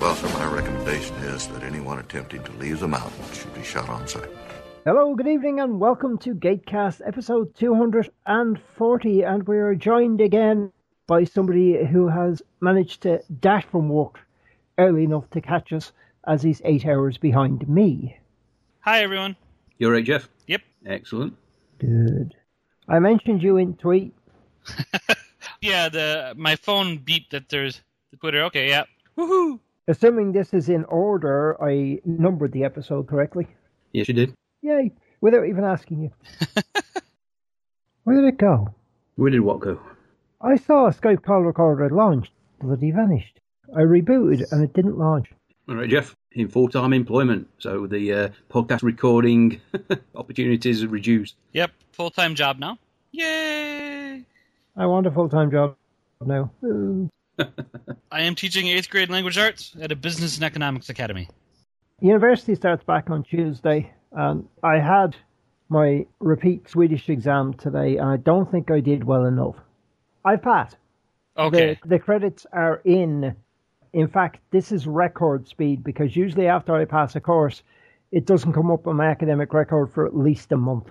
Buffer, my recommendation is that anyone attempting to leave the mountain should be shot on sight. Hello, good evening, and welcome to Gatecast episode 240. And we are joined again by somebody who has managed to dash from work early enough to catch us as he's eight hours behind me. Hi, everyone. You're right, Jeff. Yep. Excellent. Good. I mentioned you in tweet. Yeah, the my phone beeped that there's the Twitter. Okay, yeah. Woohoo! Assuming this is in order, I numbered the episode correctly. Yes, you did. Yay, without even asking you. Where did it go? Where did what go? I saw a Skype call recorder launched, but it vanished. I rebooted and it didn't launch. All right, Jeff. In full-time employment, so the uh, podcast recording opportunities are reduced. Yep, full time job now. Yay! I want a full time job now. Ooh. I am teaching eighth grade language arts at a business and economics academy. University starts back on Tuesday, and I had my repeat Swedish exam today, and I don't think I did well enough. I passed. Okay. The, the credits are in. In fact, this is record speed because usually after I pass a course, it doesn't come up on my academic record for at least a month.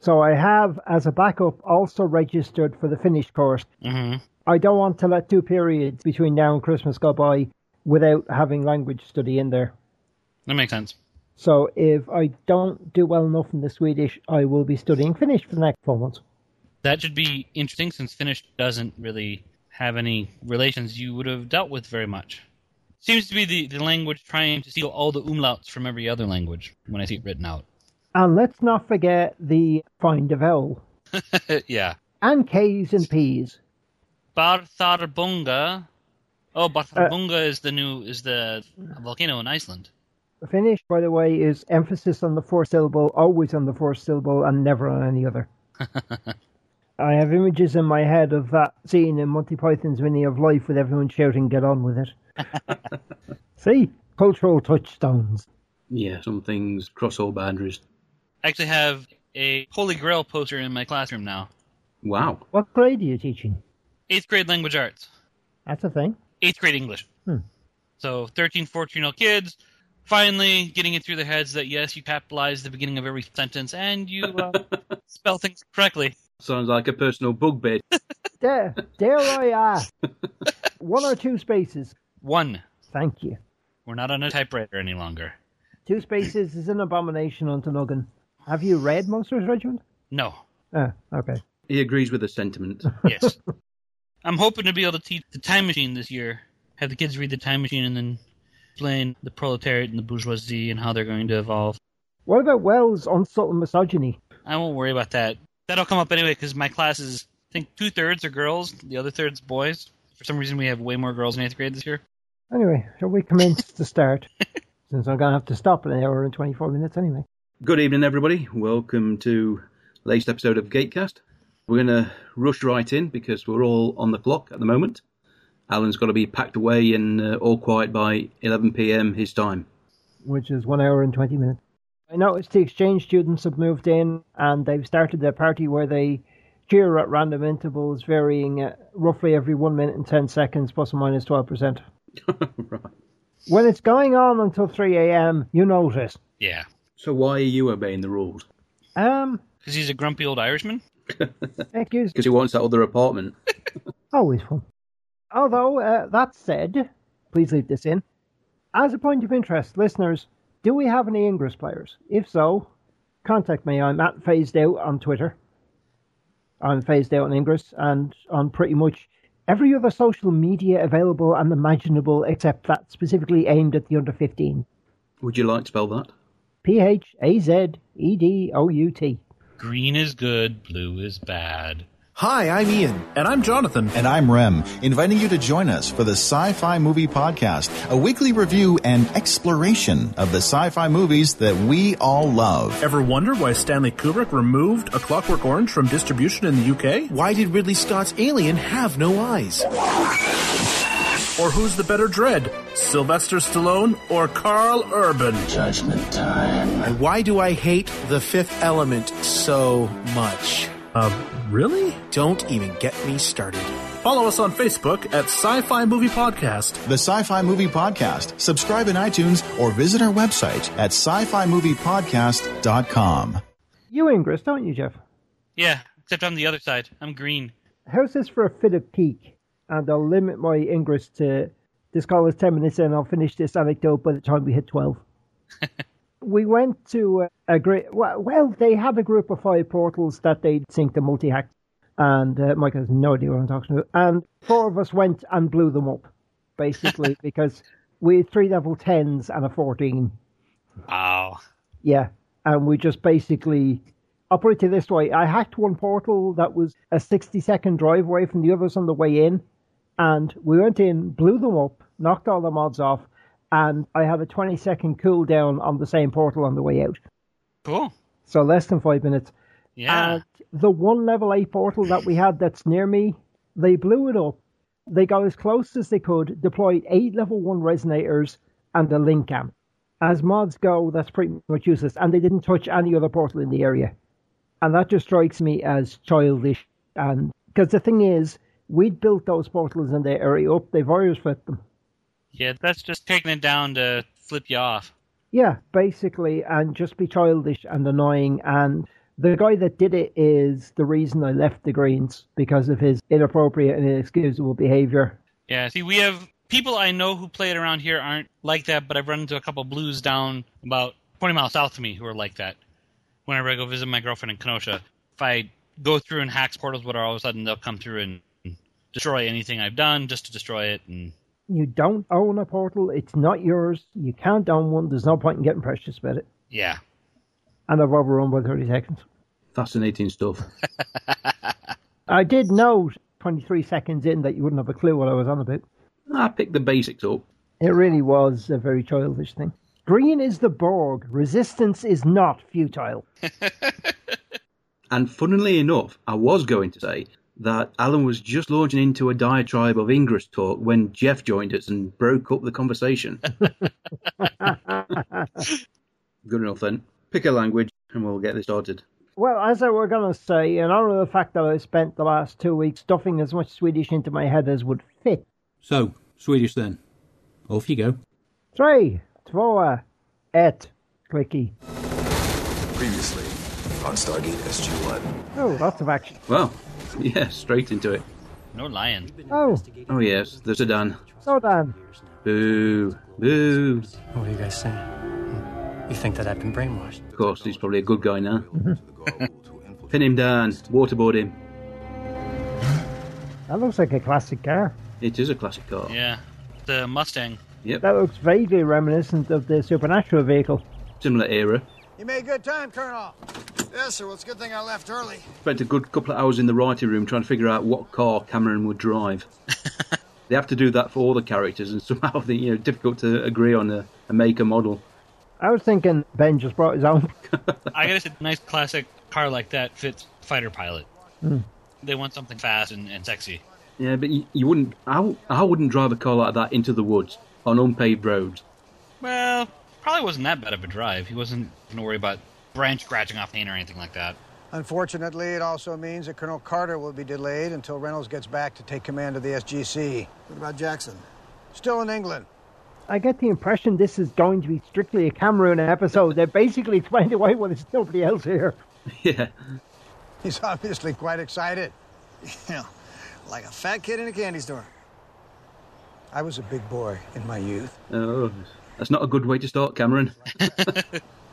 so I have, as a backup, also registered for the finished course. Mhm. I don't want to let two periods between now and Christmas go by without having language study in there. That makes sense. So if I don't do well enough in the Swedish, I will be studying Finnish for the next four months. That should be interesting since Finnish doesn't really have any relations you would have dealt with very much. Seems to be the, the language trying to steal all the umlauts from every other language when I see it written out. And let's not forget the find of vowel Uh, yeah. and K's and P's. Bartharbunga. Oh, Bartharbunga is the new is the volcano in Iceland. Finnish, by the way, is emphasis on the fourth syllable, always on the fourth syllable, and never on any other. I have images in my head of that scene in Monty Python's Mini of Life with everyone shouting, Get on with it. See? Cultural touchstones. Yeah, some things cross all boundaries. I actually have a Holy Grail poster in my classroom now. Wow. What grade are you teaching? Eighth grade language arts, That's a thing. eighth grade English. Hmm. So 13, 14 year old kids finally getting it through their heads that yes, you capitalize the beginning of every sentence and you uh, spell things correctly. Sounds like a personal bugbear. Dare, dare I ask? One or two spaces. One, Thank you. we're not on a typewriter any longer. Two spaces is an abomination on Nuggin. Have you read Monsters Regiment? No. Ah, okay. he agrees with the sentiment. Yes. I'm hoping to be able to teach the time machine this year. Have the kids read the time machine and then explain the proletariat and the bourgeoisie and how they're going to evolve. What about Wells' unsubtle misogyny? I won't worry about that. That'll come up anyway because my class is, I think, two thirds are girls, the other third's boys. For some reason, we have way more girls in eighth grade this year. Anyway, shall we commence the start? Since I'm going to have to stop in an hour and 24 minutes anyway. Good evening, everybody. Welcome to latest episode of Gatecast. We're going to rush right in because we're all on the clock at the moment. Alan's got to be packed away and uh, all quiet by 11 p.m. his time. which is one hour and 20 minutes. I noticed the exchange students have moved in and they've started their party where they cheer at random intervals, varying uh, roughly every 1 minute and 10 seconds, plus or minus 12%. right. When it's going on until 3 a.m., you notice. Yeah. So why are you obeying the rules? Um, Because he's a grumpy old Irishman. excuse Because he wants that other apartment. Always fun. Although, uh, that said, please leave this in. As a point of interest, listeners, do we have any Ingress players? If so, contact me. I'm at Phased Out on Twitter. I'm Phased Out on Ingress and on pretty much every other social media available and imaginable except that specifically aimed at the under 15. Would you like to spell that? P H A Z E D O U T. Green is good, blue is bad. Hi, I'm Ian. And I'm Jonathan. And I'm Rem, inviting you to join us for the Sci Fi Movie Podcast, a weekly review and exploration of the sci fi movies that we all love. Ever wonder why Stanley Kubrick removed A Clockwork Orange from distribution in the UK? Why did Ridley Scott's Alien have no eyes? Or who's the better dread, Sylvester Stallone or Carl Urban? Judgment time. And why do I hate the fifth element so much? Uh, really? Don't even get me started. Follow us on Facebook at Sci Fi Movie Podcast. The Sci Fi Movie Podcast. Subscribe in iTunes or visit our website at sci fi movie podcast.com. You Ingress, don't you, Jeff? Yeah, except I'm the other side. I'm green. How's this for a fit of peak? And I'll limit my Ingress to this call is 10 minutes and I'll finish this anecdote by the time we hit 12. we went to a great well, they had a group of five portals that they'd synced the multi-hack and uh, mike has no idea what i'm talking about and four of us went and blew them up basically because we had three level 10s and a 14 wow yeah and we just basically i'll put it this way i hacked one portal that was a 60 second drive away from the others on the way in and we went in blew them up knocked all the mobs off and I have a 20 second cooldown on the same portal on the way out. Cool. So less than five minutes. Yeah. And Uh, the one level 8 portal that we had that's near me, they blew it up. They got as close as they could, deployed eight level 1 resonators and a link amp. As mods go, that's pretty much useless. And they didn't touch any other portal in the area. And that just strikes me as childish. And because the thing is, we'd built those portals in the area up, they virus flipped them. Yeah, that's just taking it down to flip you off. Yeah, basically, and just be childish and annoying. And the guy that did it is the reason I left the Greens because of his inappropriate and inexcusable behavior. Yeah, see, we have people I know who play it around here aren't like that, but I've run into a couple blues down about 20 miles south of me who are like that. Whenever I go visit my girlfriend in Kenosha, if I go through and hack portals with her, all of a sudden they'll come through and destroy anything I've done just to destroy it and you don't own a portal. It's not yours. You can't own one. There's no point in getting precious about it. Yeah. And I've overrun by 30 seconds. Fascinating stuff. I did know 23 seconds in that you wouldn't have a clue what I was on about. I picked the basics up. It really was a very childish thing. Green is the Borg. Resistance is not futile. and funnily enough, I was going to say that Alan was just launching into a diatribe of Ingress talk when Jeff joined us and broke up the conversation. Good enough then. Pick a language and we'll get this started. Well, as I were going to say, in honor of the fact that I spent the last two weeks stuffing as much Swedish into my head as would fit. So, Swedish then. Off you go. Three, två, ett, clicky. Previously on Stargate SG-1. Oh, lots of action. Well, yeah, straight into it. No lion. Oh, Oh yes, there's a Dan. so Dan. Boo, boo. What are you guys saying? You think that I've been brainwashed? Of course, he's probably a good guy now. Pin him down, waterboard him. That looks like a classic car. It is a classic car. Yeah. The Mustang. Yep, That looks vaguely reminiscent of the supernatural vehicle. similar era. You made good time, Colonel. Yes, sir. Well, it's a good thing I left early. Spent a good couple of hours in the writing room trying to figure out what car Cameron would drive. they have to do that for all the characters, and somehow they you know difficult to agree on a, a make or model. I was thinking Ben just brought his own. I guess a nice classic car like that fits fighter pilot. They want something fast and, and sexy. Yeah, but you, you wouldn't. I, w- I wouldn't drive a car like that into the woods on unpaved roads. Well, probably wasn't that bad of a drive. He wasn't going to worry about branch scratching off paint or anything like that. Unfortunately, it also means that Colonel Carter will be delayed until Reynolds gets back to take command of the SGC. What about Jackson? Still in England. I get the impression this is going to be strictly a Cameroon episode. They're basically explaining away when there's nobody else here. yeah, He's obviously quite excited. Yeah, like a fat kid in a candy store. I was a big boy in my youth. oh, that's not a good way to start, Cameron.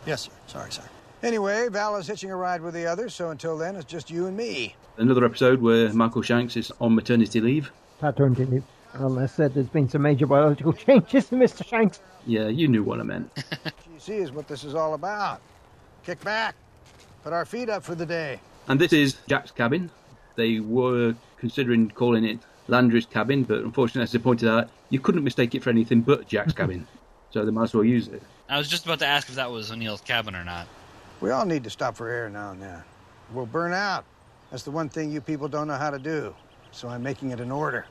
Yes, sir. Sorry, sir. Anyway, Val is hitching a ride with the others, so until then, it's just you and me. Another episode where Michael Shanks is on maternity leave. Pattern didn't it? Unless uh, there's been some major biological changes to Mr. Shanks. Yeah, you knew what I meant. GC is what this is all about. Kick back. Put our feet up for the day. and this is Jack's cabin. They were considering calling it Landry's Cabin, but unfortunately, as they pointed out, you couldn't mistake it for anything but Jack's Cabin. So they might as well use it. I was just about to ask if that was O'Neill's cabin or not. We all need to stop for air now and then. We'll burn out. That's the one thing you people don't know how to do. So I'm making it an order.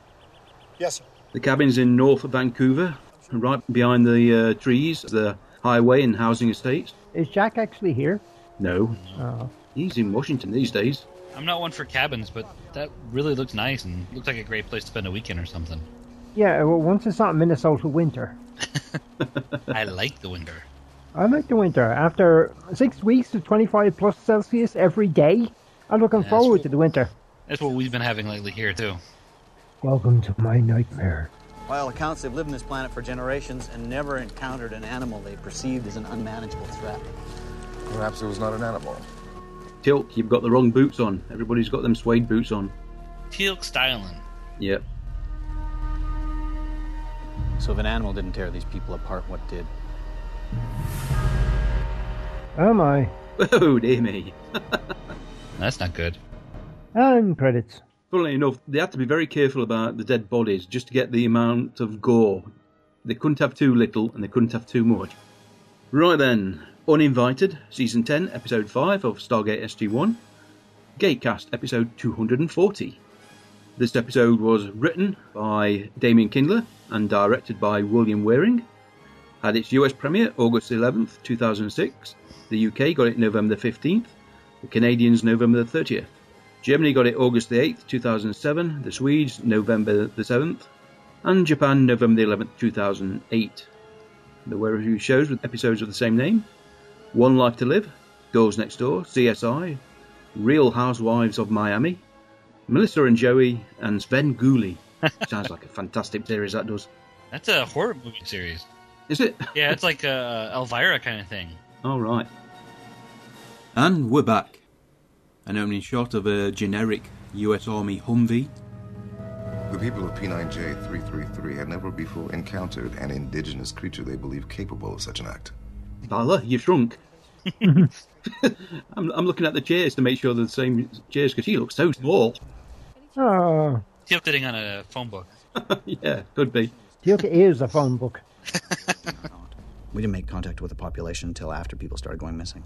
Yes, sir. The cabin's in North Vancouver, right behind the uh, trees, the highway and housing estates. Is Jack actually here? No. Oh. He's in Washington these days. I'm not one for cabins, but that really looks nice and looks like a great place to spend a weekend or something. Yeah, well, once it's not Minnesota winter. I like the winter. I like the winter. After six weeks of 25 plus Celsius every day, I'm looking Yeah, that's forward what- to the winter. That's what we've been having lately here, too. Welcome to my nightmare. By all accounts, they've lived on this planet for generations and never encountered an animal they perceived as an unmanageable threat. Perhaps it was not an animal. Tilk, you've got the wrong boots on. Everybody's got them suede boots on. Teal'c styling. Yep. So if an animal didn't tear these people apart, what did? Oh my. Oh, dear me. That's not good. And credits. Funnily enough, they had to be very careful about the dead bodies just to get the amount of gore. They couldn't have too little and they couldn't have too much. Right then, Uninvited, Season 10, Episode 5 of Stargate SG1, Gatecast, Episode 240. This episode was written by Damien Kindler and directed by William Waring. Had its US premiere August 11th, 2006. The UK got it November 15th. The Canadians November 30th. Germany got it August the 8th, 2007, the Swedes November the 7th, and Japan November the 11th, 2008. There were a few shows with episodes of the same name One Life to Live, Girls Next Door, CSI, Real Housewives of Miami, Melissa and Joey, and Sven Gooley. Sounds like a fantastic series, that does. That's a horror movie series. Is it? Yeah, it's like a Elvira kind of thing. All right. And we're back. An opening shot of a generic US Army Humvee. The people of P9J333 had never before encountered an indigenous creature they believed capable of such an act. Bala, you've shrunk. I'm, I'm looking at the chairs to make sure they're the same chairs because she looks so small. Oh, Teal'c sitting on a phone book. yeah, could be. Tilka is a phone book. We didn't make contact with the population until after people started going missing.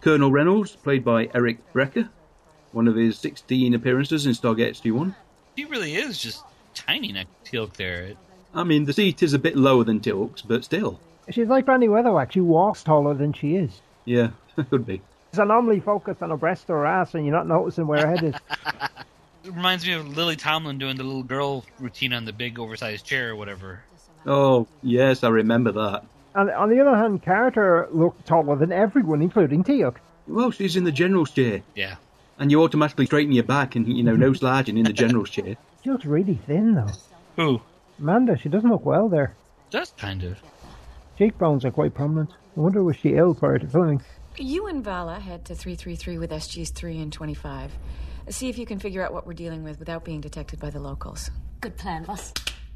Colonel Reynolds, played by Eric Brecker, one of his 16 appearances in Stargate SG1. He really is just tiny next to Teal'c there. It- I mean, the seat is a bit lower than Tilk's, but still. She's like Brandy Weatherwax. She walks taller than she is. Yeah, could be. She's normally focused on her breast or her ass, and you're not noticing where her head is. It reminds me of Lily Tomlin doing the little girl routine on the big oversized chair or whatever. Oh, yes, I remember that. And on the other hand, Carter looked taller than everyone, including Teok. Well, she's in the general's chair, Yeah. and you automatically straighten your back and, you know, no slouching in the general's chair. She looks really thin, though. Who? Amanda, she doesn't look well there. Does kind of. Cheekbones are quite prominent. I wonder was she ill prior to filming? You and Vala head to 333 with SGs 3 and 25. See if you can figure out what we're dealing with without being detected by the locals. Good plan, boss.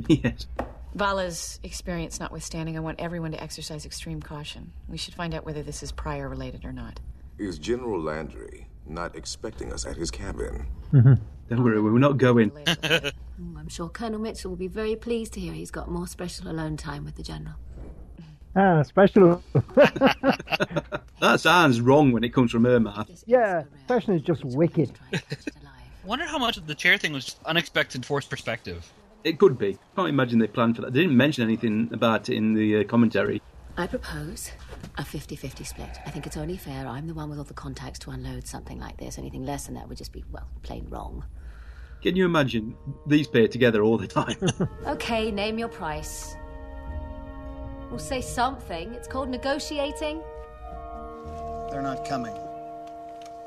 yes. Vala's experience notwithstanding, I want everyone to exercise extreme caution. We should find out whether this is prior related or not. Is General Landry not expecting us at his cabin? Don't worry, we're not going. Mm, I'm sure Colonel Mitchell will be very pleased to hear he's got more special alone time with the General. Ah, special. That sounds wrong when it comes from her mouth. yeah, fashion is just wicked. Wonder how much of the chair thing was just unexpected forced perspective. It could be. Can't imagine they planned for that. They didn't mention anything about it in the uh, commentary. I propose a 50 50 split. I think it's only fair. I'm the one with all the contacts to unload something like this. Anything less than that would just be, well, plain wrong. Can you imagine these pair together all the time? Okay, name your price. Well, say something. It's called negotiating. They're not coming.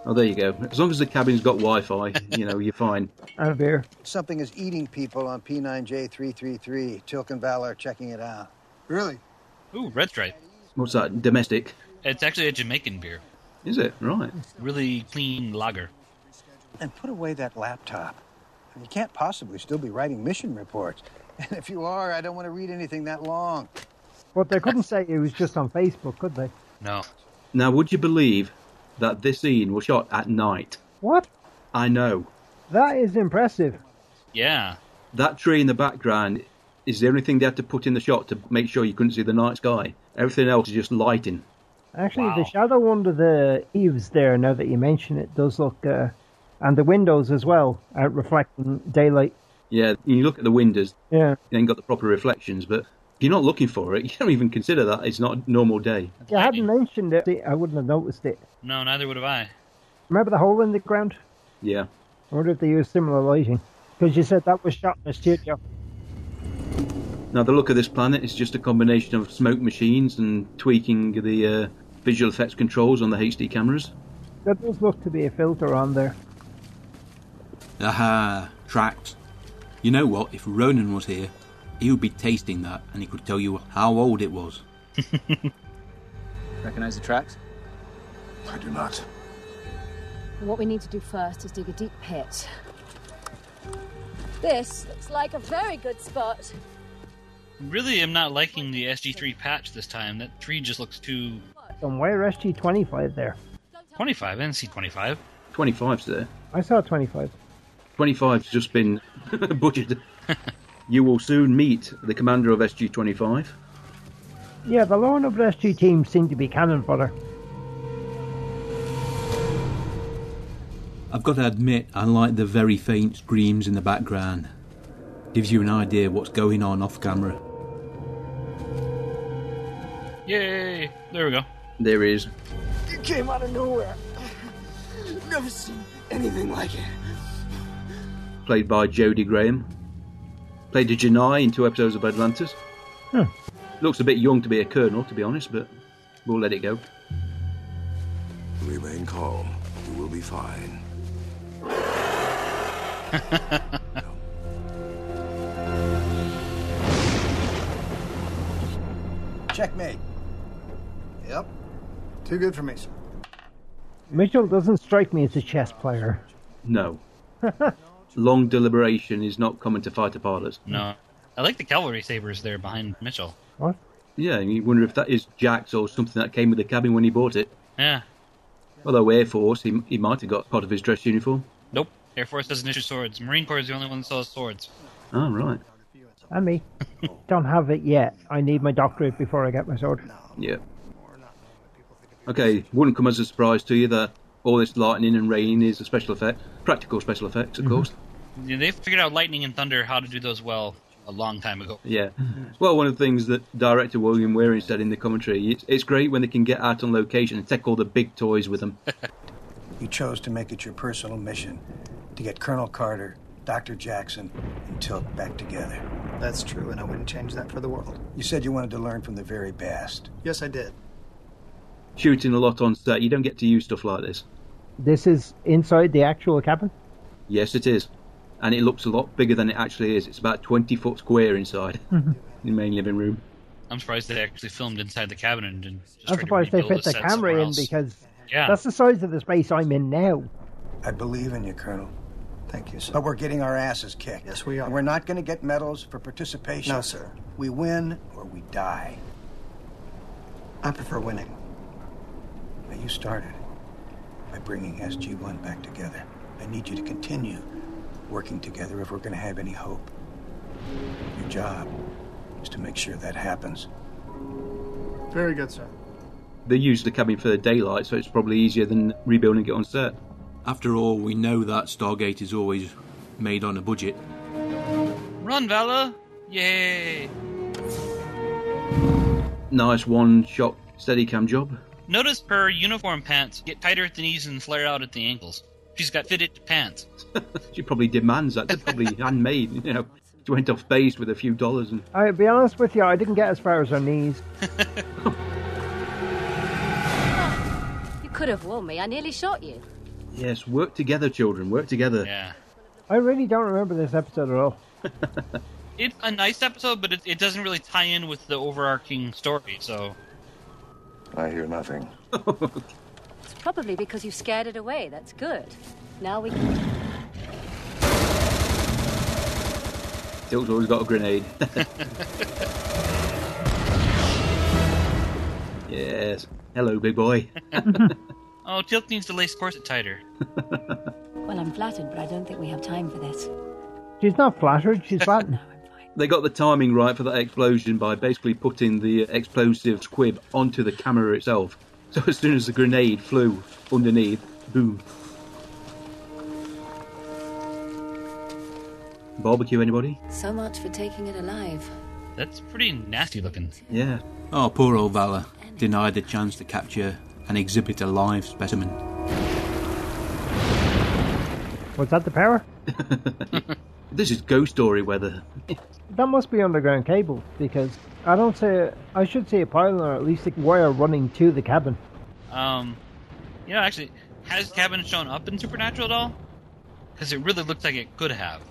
oh, there you go. As long as the cabin's got Wi-Fi, you know, you're fine. And a beer. Something is eating people on P9J333. Tilk and Val are checking it out. Really? Ooh, red stripe. What's that? Domestic? It's actually a Jamaican beer. Is it right? Really clean lager. And put away that laptop. You can't possibly still be writing mission reports. And if you are, I don't want to read anything that long. But they couldn't say it was just on Facebook, could they? No. Now, would you believe that this scene was shot at night? What? I know. That is impressive. Yeah. That tree in the background is the only thing they had to put in the shot to make sure you couldn't see the night sky. Everything else is just lighting. Actually, the shadow under the eaves there, now that you mention it, does look. Uh, and the windows as well, uh, reflecting daylight. Yeah, you look at the windows, Yeah. you ain't got the proper reflections, but if you're not looking for it, you don't even consider that it's not a normal day. If you hadn't mentioned it, I wouldn't have noticed it. No, neither would have I. Remember the hole in the ground? Yeah. I wonder if they used similar lighting. Because you said that was shot in a studio. Now, the look of this planet is just a combination of smoke machines and tweaking the uh, visual effects controls on the HD cameras. There does look to be a filter on there. Aha, tracked. You know what? If Ronan was here, he would be tasting that and he could tell you how old it was. Recognize the tracks? I do not. What we need to do first is dig a deep pit. This looks like a very good spot. Really, I'm not liking the SG3 patch this time. That tree just looks too Some wire SG25 there. 25. I didn't see 25. 25's there. I saw 25. 25's just been butchered. you will soon meet the commander of SG 25. Yeah, the Lone of SG team seem to be cannon fodder. I've got to admit, I like the very faint screams in the background. Gives you an idea what's going on off camera. Yay! There we go. There is. It came out of nowhere. Never seen anything like it. played by Jodie Graham. Played a Janai in two episodes of Atlantis. Huh. Looks a bit young to be a colonel, to be honest, but we'll let it go. Remain calm. You will be fine. Checkmate. Yep. Too good for me, sir. Mitchell doesn't strike me as a chess player. No. Long deliberation is not common to fighter pilots. No. I like the cavalry sabers there behind Mitchell. Yeah, and you wonder if that is Jack's or something that came with the cabin when he bought it. Yeah. Although Air Force, he, he might have got part of his dress uniform. Nope. Air Force doesn't issue swords. Marine Corps is the only one that sells swords. Oh, right. And me. Don't have it yet. I need my doctorate before I get my sword. Yeah. Okay, wouldn't come as a surprise to you that all this lightning and rain is a special effect. Practical special effects, of course. Yeah, They figured out lightning and thunder how to do those well a long time ago. Yeah. Well, one of the things that director William Wearing said in the commentary, it's, it's great when they can get out on location and take all the big toys with them. You chose to make it your personal mission to get Colonel Carter, Dr. Jackson, and Tilt back together. That's true, and I wouldn't change that for the world. You said you wanted to learn from the very best. Yes, I did. Shooting a lot on set, you don't get to use stuff like this. This is inside the actual cabin? Yes, it is. And it looks a lot bigger than it actually is. It's about 20 foot square inside Mhm. the main living room. I'm surprised they actually filmed inside the cabin and didn't just That's tried to why they rebuild fit the set camera somewhere in else. because Yeah. that's the size of the space I'm in now. I believe in you, Colonel. Thank you, sir. But we're getting our asses kicked. Yes, we are. And we're not going to get medals for participation. No, sir. We win or we die. I prefer winning. Now, you started by bringing SG-1 back together. I need you to continue working together if we're going to have any hope. Your job is to make sure that happens. Very good, sir. They use the cabin for the daylight, so it's probably easier than rebuilding it on set. After all, we know that Stargate is always made on a budget. Run, Vala! Yay! Nice one shot steady cam job. Notice her uniform pants get tighter at the knees and flare out at the ankles. She's got fitted pants. She probably demands that. They're probably handmade, you know. She went off base with a few dollars and I'll be honest with you, I didn't get as far as her knees. You could have warned me. I nearly shot you. Yes, work together, children. Work together. Yeah. I really don't remember this episode at all. It's a nice episode, but it, it doesn't really tie in with the overarching story, so. I hear nothing. It's probably because you scared it away. That's good. Now we can. Tilt's always got a grenade. yes. Hello, big boy. Oh, Tilt needs to lace corset tighter. Well, I'm flattered, but I don't think we have time for this. She's not flattered, she's flattened. They got the timing right for that explosion by basically putting the explosive squib onto the camera itself. So as soon as the grenade flew underneath, boom. Barbecue, anybody? So much for taking it alive. That's pretty nasty looking. Yeah. Oh, poor old Valor, denied the chance to capture and exhibit a live specimen. Was that the power? This is ghost story weather. That must be underground cable because I don't see. A, I should see a pylon or at least a wire running to the cabin. Um, you know, actually, has Cabin shown up in Supernatural at all? Because it really looks like it could have.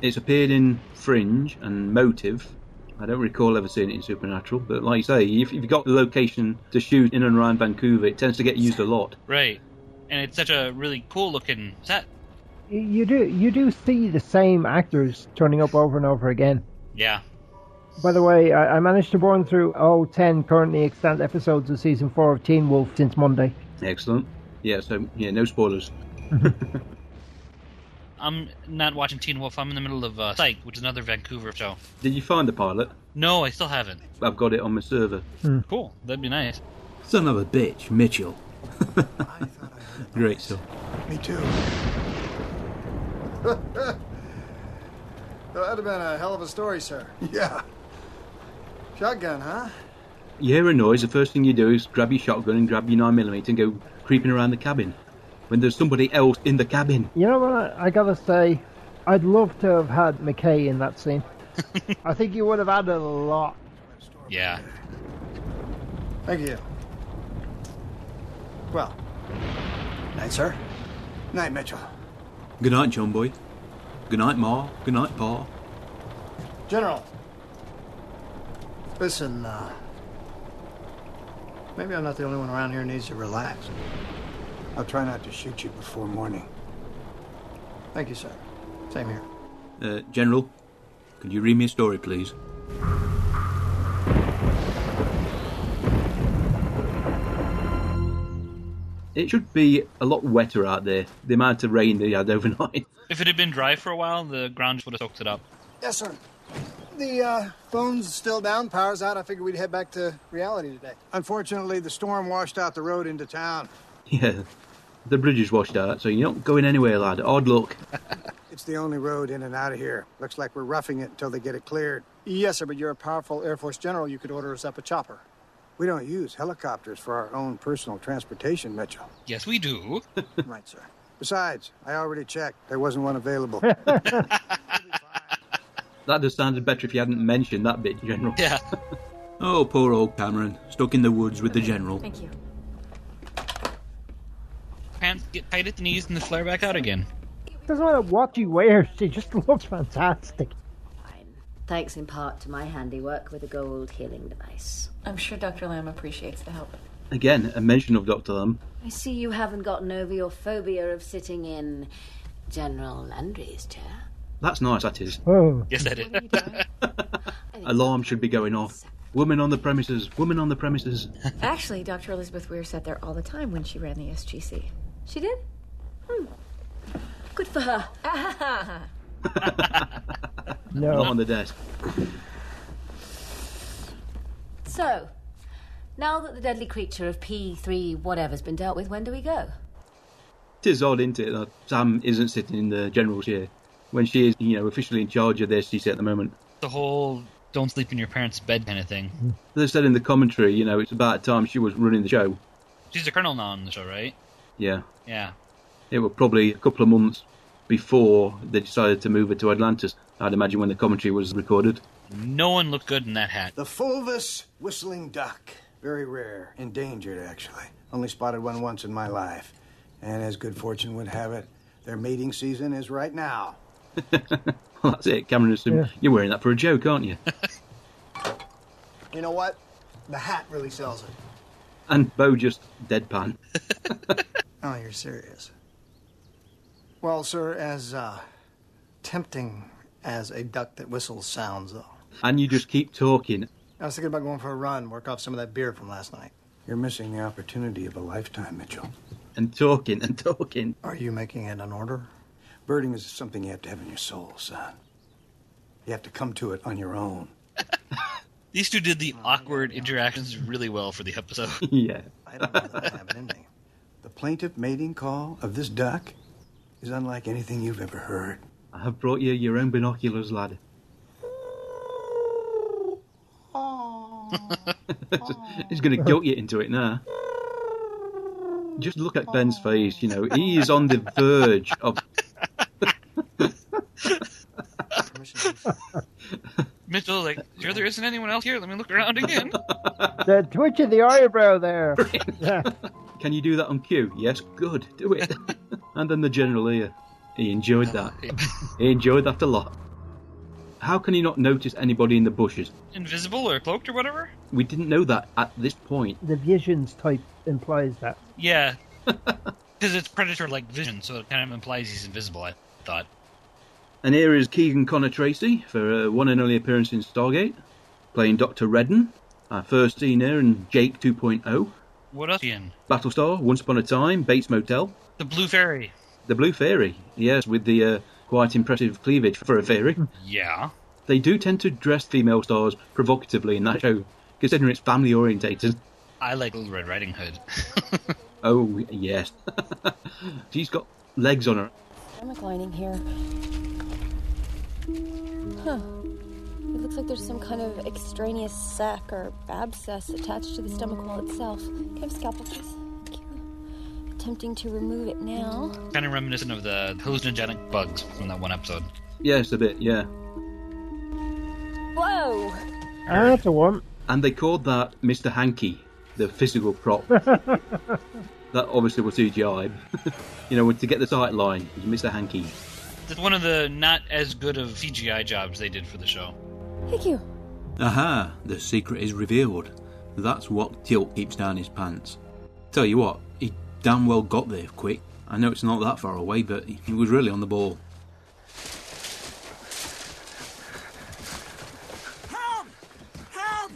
It's appeared in Fringe and Motive. I don't recall ever seeing it in Supernatural, but like you say, if if you've got the location to shoot in and around Vancouver, it tends to get used a lot. Right. And it's such a really cool looking set. Y- You do you do see the same actors turning up over and over again. Yeah. By the way, I, I managed to burn through all ten currently extant episodes of season four of Teen Wolf since Monday. Excellent. Yeah, so, yeah, no spoilers. I'm not watching Teen Wolf. I'm in the middle of uh, Psych, which is another Vancouver show. Did you find the pilot? No, I still haven't. I've got it on my server. Cool. That'd be nice. Son of a bitch, Mitchell. Great stuff. Me too. That'd have been a hell of a story, sir. Yeah. Shotgun, huh? You hear a noise, the first thing you do is grab your shotgun and grab your 9mm and go creeping around the cabin. When there's somebody else in the cabin. You know what? I, I gotta say, I'd love to have had McKay in that scene. I think he would have added a lot. Yeah. Thank you. Well, Night, sir. Night, Mitchell. Good night, John Boy. Good night, Ma. Good night, Pa. General. Listen, uh, maybe I'm not the only one around here who needs to relax. I'll try not to shoot you before morning. Thank you, sir. Same here. Uh, General, could you read me a story, please? It should be a lot wetter out there, the amount of rain they had overnight. If it had been dry for a while, the ground just would have soaked it up. Yes, sir. The uh, phone's still down, power's out. I figured we'd head back to reality today. Unfortunately, the storm washed out the road into town. Yeah. The bridge is washed out, so you're not going anywhere, lad. Odd luck. It's the only road in and out of here. Looks like we're roughing it until they get it cleared. Yes, sir, but you're a powerful Air Force general. You could order us up a chopper. We don't use helicopters for our own personal transportation, Mitchell. Yes, we do. right, sir. Besides, I already checked. There wasn't one available. That'd have sounded better if you hadn't mentioned that bit, General. Yeah. oh, poor old Cameron, stuck in the woods with the General. Thank you. Pants get tight at the knees and they flare back out again. Doesn't matter what you wear, she just looks fantastic. Thanks in part to my handiwork with a gold healing device. I'm sure Dr. Lamb appreciates the help. Again, a mention of Dr. Lamb. I see you haven't gotten over your phobia of sitting in General Landry's chair. That's nice, that is. Oh. Yes, that is. Alarm should be going off. Woman on the premises, woman on the premises. Actually, Dr. Elizabeth Weir sat there all the time when she ran the SGC. She did? Hmm. Good for her. Ah-ha-ha-ha. No. Not on the desk. So, now that the deadly creature of P3 whatever's been dealt with, when do we go? Tis odd, isn't it, that Sam isn't sitting in the general's chair when she is, you know, officially in charge of the SGC at the moment. The whole don't sleep in your parents' bed kind of thing. They said in the commentary, you know, it's about time she was running the show. She's a colonel now on the show, right? Yeah. Yeah. It was probably a couple of months before they decided to move her to Atlantis, I'd imagine, when the commentary was recorded. No one looked good in that hat. The fulvous Whistling duck. Very rare. Endangered, actually. Only spotted one once in my life. And as good fortune would have it, their mating season is right now. Well, that's it, Cameron assumed. Yeah. You're wearing that for a joke, aren't you? You know what? The hat really sells it. and Bo just deadpan. Oh, you're serious. Well, sir, as uh, tempting as a duck that whistles sounds, though. And you just keep talking. I was thinking about going for a run, work off some of that beer from last night. You're missing the opportunity of a lifetime, Mitchell. and talking and talking. Are you making it an order? Birding is something you have to have in your soul, son. You have to come to it on your own. These two did the awkward interactions really well for the episode. yeah. I don't know that I have it in me. The plaintive mating call of this duck is unlike anything you've ever heard. I have brought you your own binoculars, lad. He's going to guilt you into it now. Just look at Ben's face. You know, he is on the verge of. Mitchell's like, sure, there isn't anyone else here. Let me look around again. The twitch of the eyebrow there. yeah. Can you do that on cue? Yes, good, do it. and then the general here. He enjoyed that. he enjoyed that a lot. How can he not notice anybody in the bushes? Invisible or cloaked or whatever? We didn't know that at this point. The visions type implies that. Yeah. Because it's predator like vision, so it kind of implies he's invisible, I thought. And here is Keegan Connor Tracy for her one and only appearance in Stargate, playing Dr. Redden. Our first seen her in Jake 2.0, What else? Ian? Battlestar, Once Upon a Time, Bates Motel, The Blue Fairy. The Blue Fairy, yes, with the uh, quite impressive cleavage for a fairy. Yeah. They do tend to dress female stars provocatively in that show, considering it's family orientated. I like Little Red Riding Hood. Oh, yes. She's got legs on her. Stomach lining here. Huh. It looks like there's some kind of extraneous sac or abscess attached to the stomach wall itself. Can I have a scalpel, please? Thank you. Attempting to remove it now. kind of reminiscent of the hallucinogenic bugs from that one episode. Yes, a bit, yeah. Whoa! That's a one. And they called that Mr. Hanky, the physical prop. that obviously was CGI. you know, to get the sight line, it was Mr. Hanky. That's one of the not as good of CGI jobs they did for the show. Thank you. Aha, the secret is revealed. That's what Tilt keeps down his pants. Tell you what, he damn well got there quick. I know it's not that far away, but he was really on the ball. Whoa,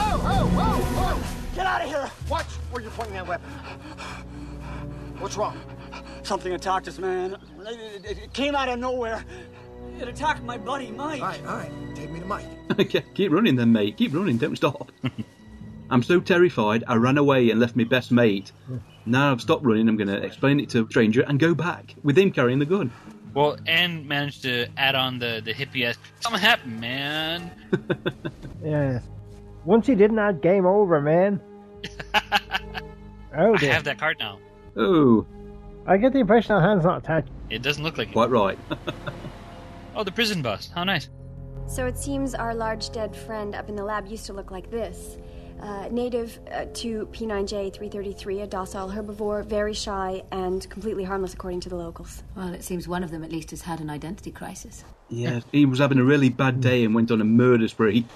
whoa, whoa, whoa! Get out of here! Watch where you're pointing that weapon. What's wrong? Something attacked us, man. It, it- it came out of nowhere. It attacked my buddy Mike. All right, all right. Take me to Mike. okay, keep running then, mate. Keep running, don't stop. I'm so terrified, I ran away and left my best mate. Now I've stopped running, I'm going to explain it to a stranger and go back with him carrying the gun. Well, and managed to add on the, the hippie ass. Something happened, man. Yeah. Once he didn't add game over, man. oh I dear. have that card now. Oh, I get the impression that hand's not attached. It doesn't look like it. quite right. Oh, the prison bus. How nice. So it seems our large dead friend up in the lab used to look like this. Uh, native uh, to P9J333, a docile herbivore, very shy, and completely harmless according to the locals. Well, it seems one of them at least has had an identity crisis. yeah, he was having a really bad day and went on a murder spree.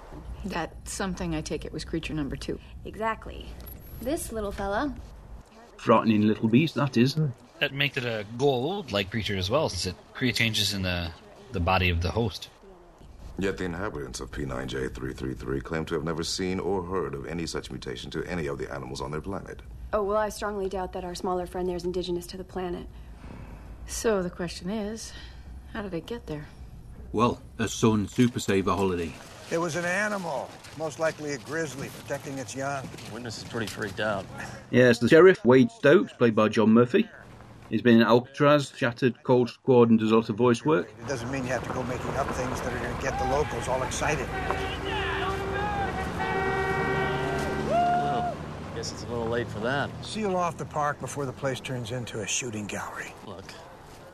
That something I take it was creature number two. Exactly. This little fella. Frightening little beast, that is. That makes it a gold like creature as well, since it creates changes in the, the body of the host. Yet the inhabitants of P9J333 claim to have never seen or heard of any such mutation to any of the animals on their planet. Oh, well, I strongly doubt that our smaller friend there is indigenous to the planet. So the question is, how did it get there? Well, a Sun Super Saver holiday. It was an animal, most likely a grizzly, protecting its young. Witness is pretty freaked out. Yes, the sheriff, Wade Stokes, played by John Murphy. He's been in Alcatraz, Shattered, Cold Squad, and does a lot of voice work. It doesn't mean you have to go making up things that are going to get the locals all excited. Well, guess it's a little late for that. Seal off the park before the place turns into a shooting gallery. Look,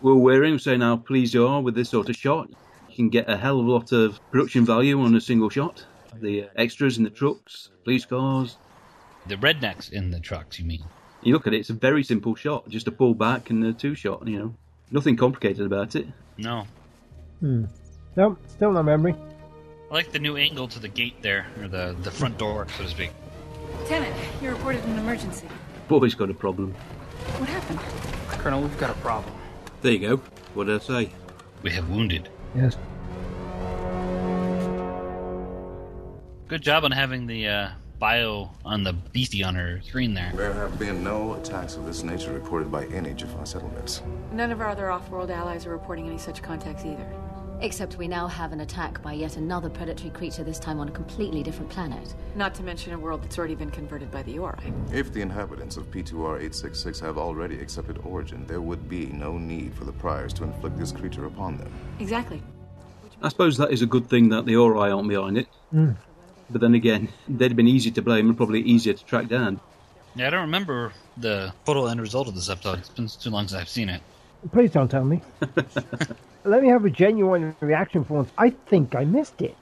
Will Waring saying how pleased you are Oh, with this sort of shot. You can get a hell of a lot of production value on a single shot. The extras in the trucks, police cars. The rednecks in the trucks, you mean? You look at it, it's a very simple shot, just a pull back and a two shot, you know. Nothing complicated about it. No. Hmm. Nope, still no memory. I like the new angle to the gate there, or the, the front door, so to speak. Lieutenant, you reported an emergency. Boy's got a problem. What happened? Colonel, we've got a problem. There you go. What did I say? We have wounded. Yes. Good job on having the uh, bio on the beastie on her screen there. There have been no attacks of this nature reported by any Jaffa settlements. None of our other off world allies are reporting any such contacts either. Except we now have an attack by yet another predatory creature, this time on a completely different planet. Not to mention a world that's already been converted by the Ori. If the inhabitants of P2R 866 have already accepted origin, there would be no need for the Priors to inflict this creature upon them. Exactly. I suppose that is a good thing that the Ori aren't behind it. Hmm. But then again, they'd have been easy to blame and probably easier to track down. Yeah, I don't remember the total end result of this episode. It's been too long since I've seen it. Please don't tell me. Let me have a genuine reaction for once. I think I missed it.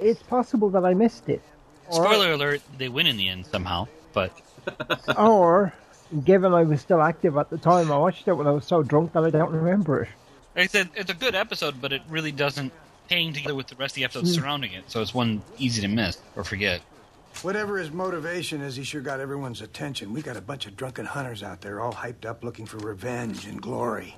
it's possible that I missed it. Spoiler alert, they win in the end somehow, but Or, given I was still active at the time, I watched it when I was so drunk that I don't remember it. like I said, it's a good episode, but it really doesn't hang together with the rest of the episodes Hmm. surrounding it, so it's one easy to miss or forget. Whatever his motivation is, he sure got everyone's attention. We got a bunch of drunken hunters out there, all hyped up looking for revenge and glory.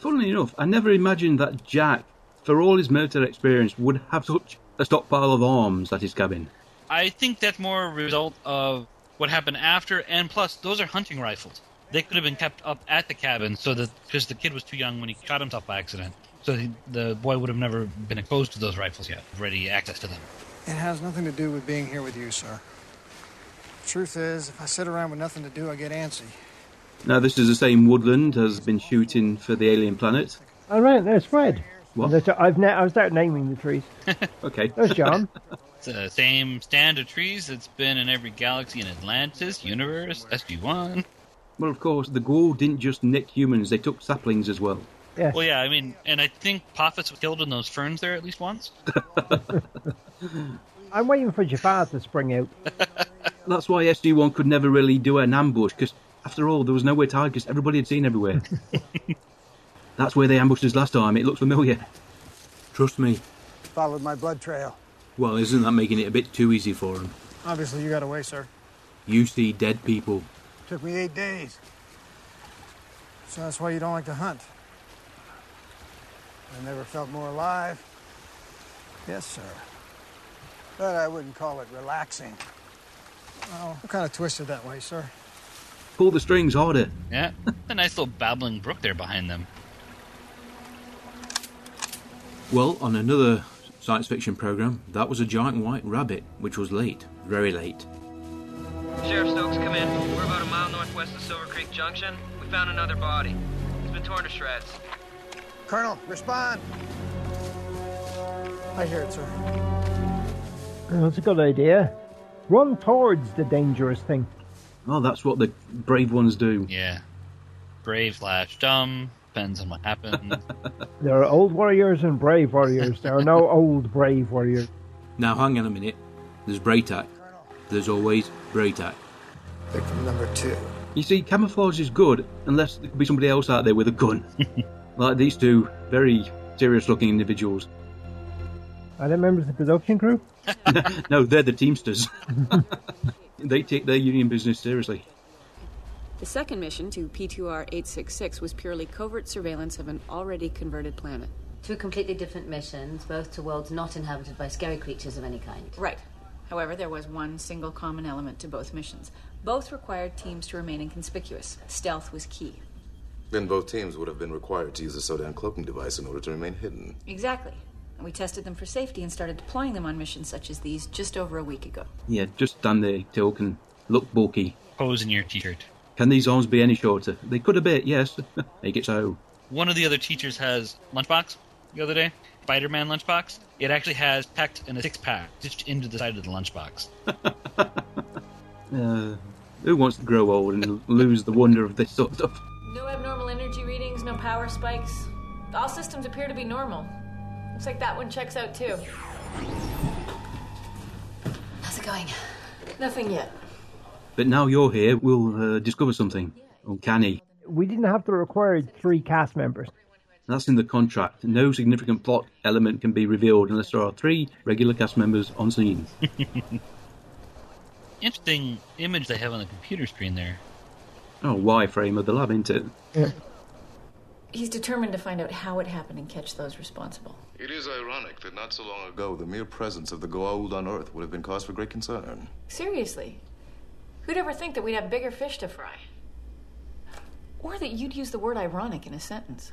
Funnily enough, I never imagined that Jack, for all his military experience, would have such a stockpile of arms at his cabin. I think that's more a result of what happened after, and plus, those are hunting rifles. They could have been kept up at the cabin, so that because the kid was too young when he shot himself by accident, so the, the boy would have never been exposed to those rifles yet, ready access to them. It has nothing to do with being here with you, sir. Truth is, if I sit around with nothing to do, I get antsy. Now, this is the same woodland as been shooting for the alien planet. All right, there's Fred. What? There's- I've na- I was out naming the trees. Okay. There's John. It's the same stand of trees that's been in every galaxy in Atlantis, Universe, SG One. Well, of course, the Gaul didn't just nick humans, they took saplings as well. Well, yeah, I mean, and I think Pothos was killed in those ferns there at least once. I'm waiting for Jafar to spring out. That's why SG1 could never really do an ambush, because after all, there was nowhere to hide because everybody had seen everywhere. That's where they ambushed us last time. It looks familiar. Trust me. Followed my blood trail. Well, isn't that making it a bit too easy for him? Obviously, you got away, sir. You see dead people. Took me eight days. So that's why you don't like to hunt. I never felt more alive. Yes, sir. But I wouldn't call it relaxing. Well, I'm kind of twisted that way, sir. Pull the strings harder. Yeah, a nice little babbling brook there behind them. Well, on another science fiction program, that was a giant white rabbit, which was late, very late. Sheriff Stokes, come in. We're about a mile northwest of Silver Creek Junction. We found another body. It's been torn to shreds. Colonel, respond. I hear it, sir. That's a good idea. Run towards the dangerous thing. Oh, that's what the brave ones do. Yeah. Brave slash dumb depends on what happens. There are old warriors and brave warriors. There are no old brave warriors. Now, hang on a minute. There's Braytac. There's always Braytac. Victim number two. You see, camouflage is good unless there could be somebody else out there with a gun. like these two very serious looking individuals. Are there members of the production crew? no, they're the Teamsters. they take their union business seriously. The second mission to P2R 866 was purely covert surveillance of an already converted planet. Two completely different missions, both to worlds not inhabited by scary creatures of any kind. Right. However, there was one single common element to both missions. Both required teams to remain inconspicuous. Stealth was key. Then both teams would have been required to use the Sodan cloaking device in order to remain hidden. Exactly. And we tested them for safety and started deploying them on missions such as these just over a week ago. Yeah, just stand there, talk, and look bulky. Pose in your t shirt. Can these arms be any shorter? They could a bit, yes. Make it so. One of the other teachers has lunchbox the other day, Spider Man lunchbox. It actually has packed in a six pack stitched into the side of the lunchbox. Uh, who wants to grow old and lose the wonder of this sort of stuff? No abnormal energy readings, no power spikes. All systems appear to be normal. Looks like that one checks out too. How's it going? Nothing yet. But now you're here, we'll uh, discover something. Uncanny. We didn't have the required three cast members. That's in the contract. No significant plot element can be revealed unless there are three regular cast members on scene. Interesting image they have on the computer screen there. oh, wireframe of the lab, isn't it? He's determined to find out how it happened and catch those responsible. It is ironic that not so long ago the mere presence of the Goa'uld on Earth would have been cause for great concern. Seriously. Who'd ever think that we'd have bigger fish to fry? Or that you'd use the word ironic in a sentence.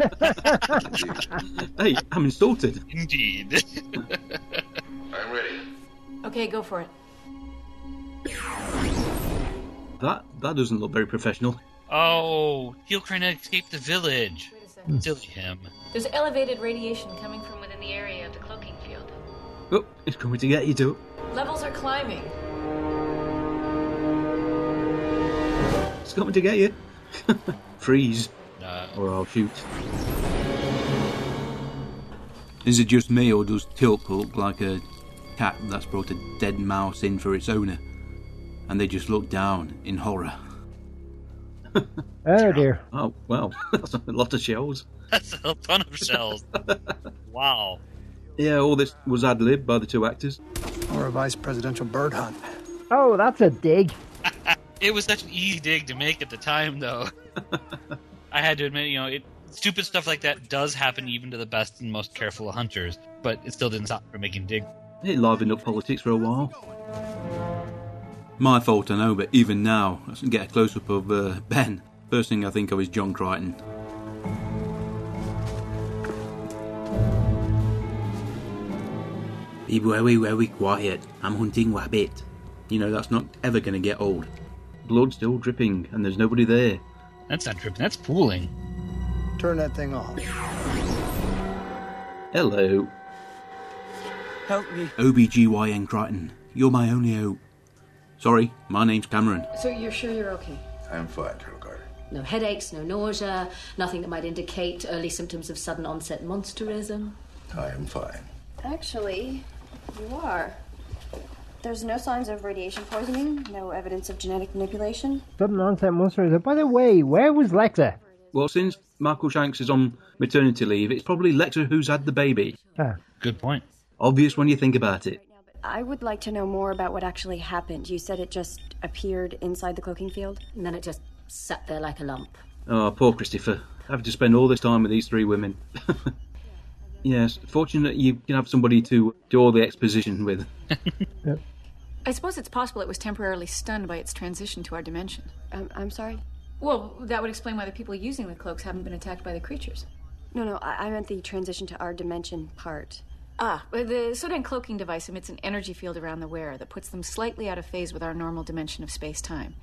hey, I'm insulted. Indeed. I'm ready. okay, go for it. That that doesn't look very professional. Oh, he'll trying to escape the village. Silly him. There's elevated radiation coming from within the area of the cloaking field. Oh, it's coming to get you, too. Levels are climbing. It's coming to get you. Freeze. uh, Or I'll shoot. Is it just me, or does Tilt look like a cat that's brought a dead mouse in for its owner? And they just look down in horror. Oh dear. Oh, wow. That's a lot of shells. That's a ton of shells. wow. Yeah, all this was ad lib by the two actors. Or a vice presidential bird hunt. Oh, that's a dig. It was such an easy dig to make at the time, though. I had to admit, you know, it, stupid stuff like that does happen even to the best and most careful of hunters, but it still didn't stop from making dig. It livened up politics for a while. My fault, I know, but even now, I can get a close up of uh, Ben. First thing I think of is John Crichton. Be very, very quiet. I'm hunting rabbit. You know, that's not ever going to get old. Blood still dripping, and there's nobody there. That's not dripping, that's pooling. Turn that thing off. Hello. Help me. OBGYN Crichton. You're my only hope. Sorry, my name's Cameron. So you're sure you're okay? I'm fine, Colonel Carter. No headaches, no nausea, nothing that might indicate early symptoms of sudden onset monsterism. I am fine. Actually, you are. There's no signs of radiation poisoning, no evidence of genetic manipulation. Sudden onset monster. By the way, where was Lexa? Well, since Michael Shanks is on maternity leave, it's probably Lexa who's had the baby. Ah. Good point. Obvious when you think about it. I would like to know more about what actually happened. You said it just appeared inside the cloaking field? And then it just sat there like a lump. Oh, poor Christopher. Having to spend all this time with these three women. yes, fortunate you can have somebody to do all the exposition with. I suppose it's possible it was temporarily stunned by its transition to our dimension. Um, I'm sorry? Well, that would explain why the people using the cloaks haven't been attacked by the creatures. No, no, I, I meant the transition to our dimension part. Ah, but the Sodan cloaking device emits an energy field around the wearer that puts them slightly out of phase with our normal dimension of space time.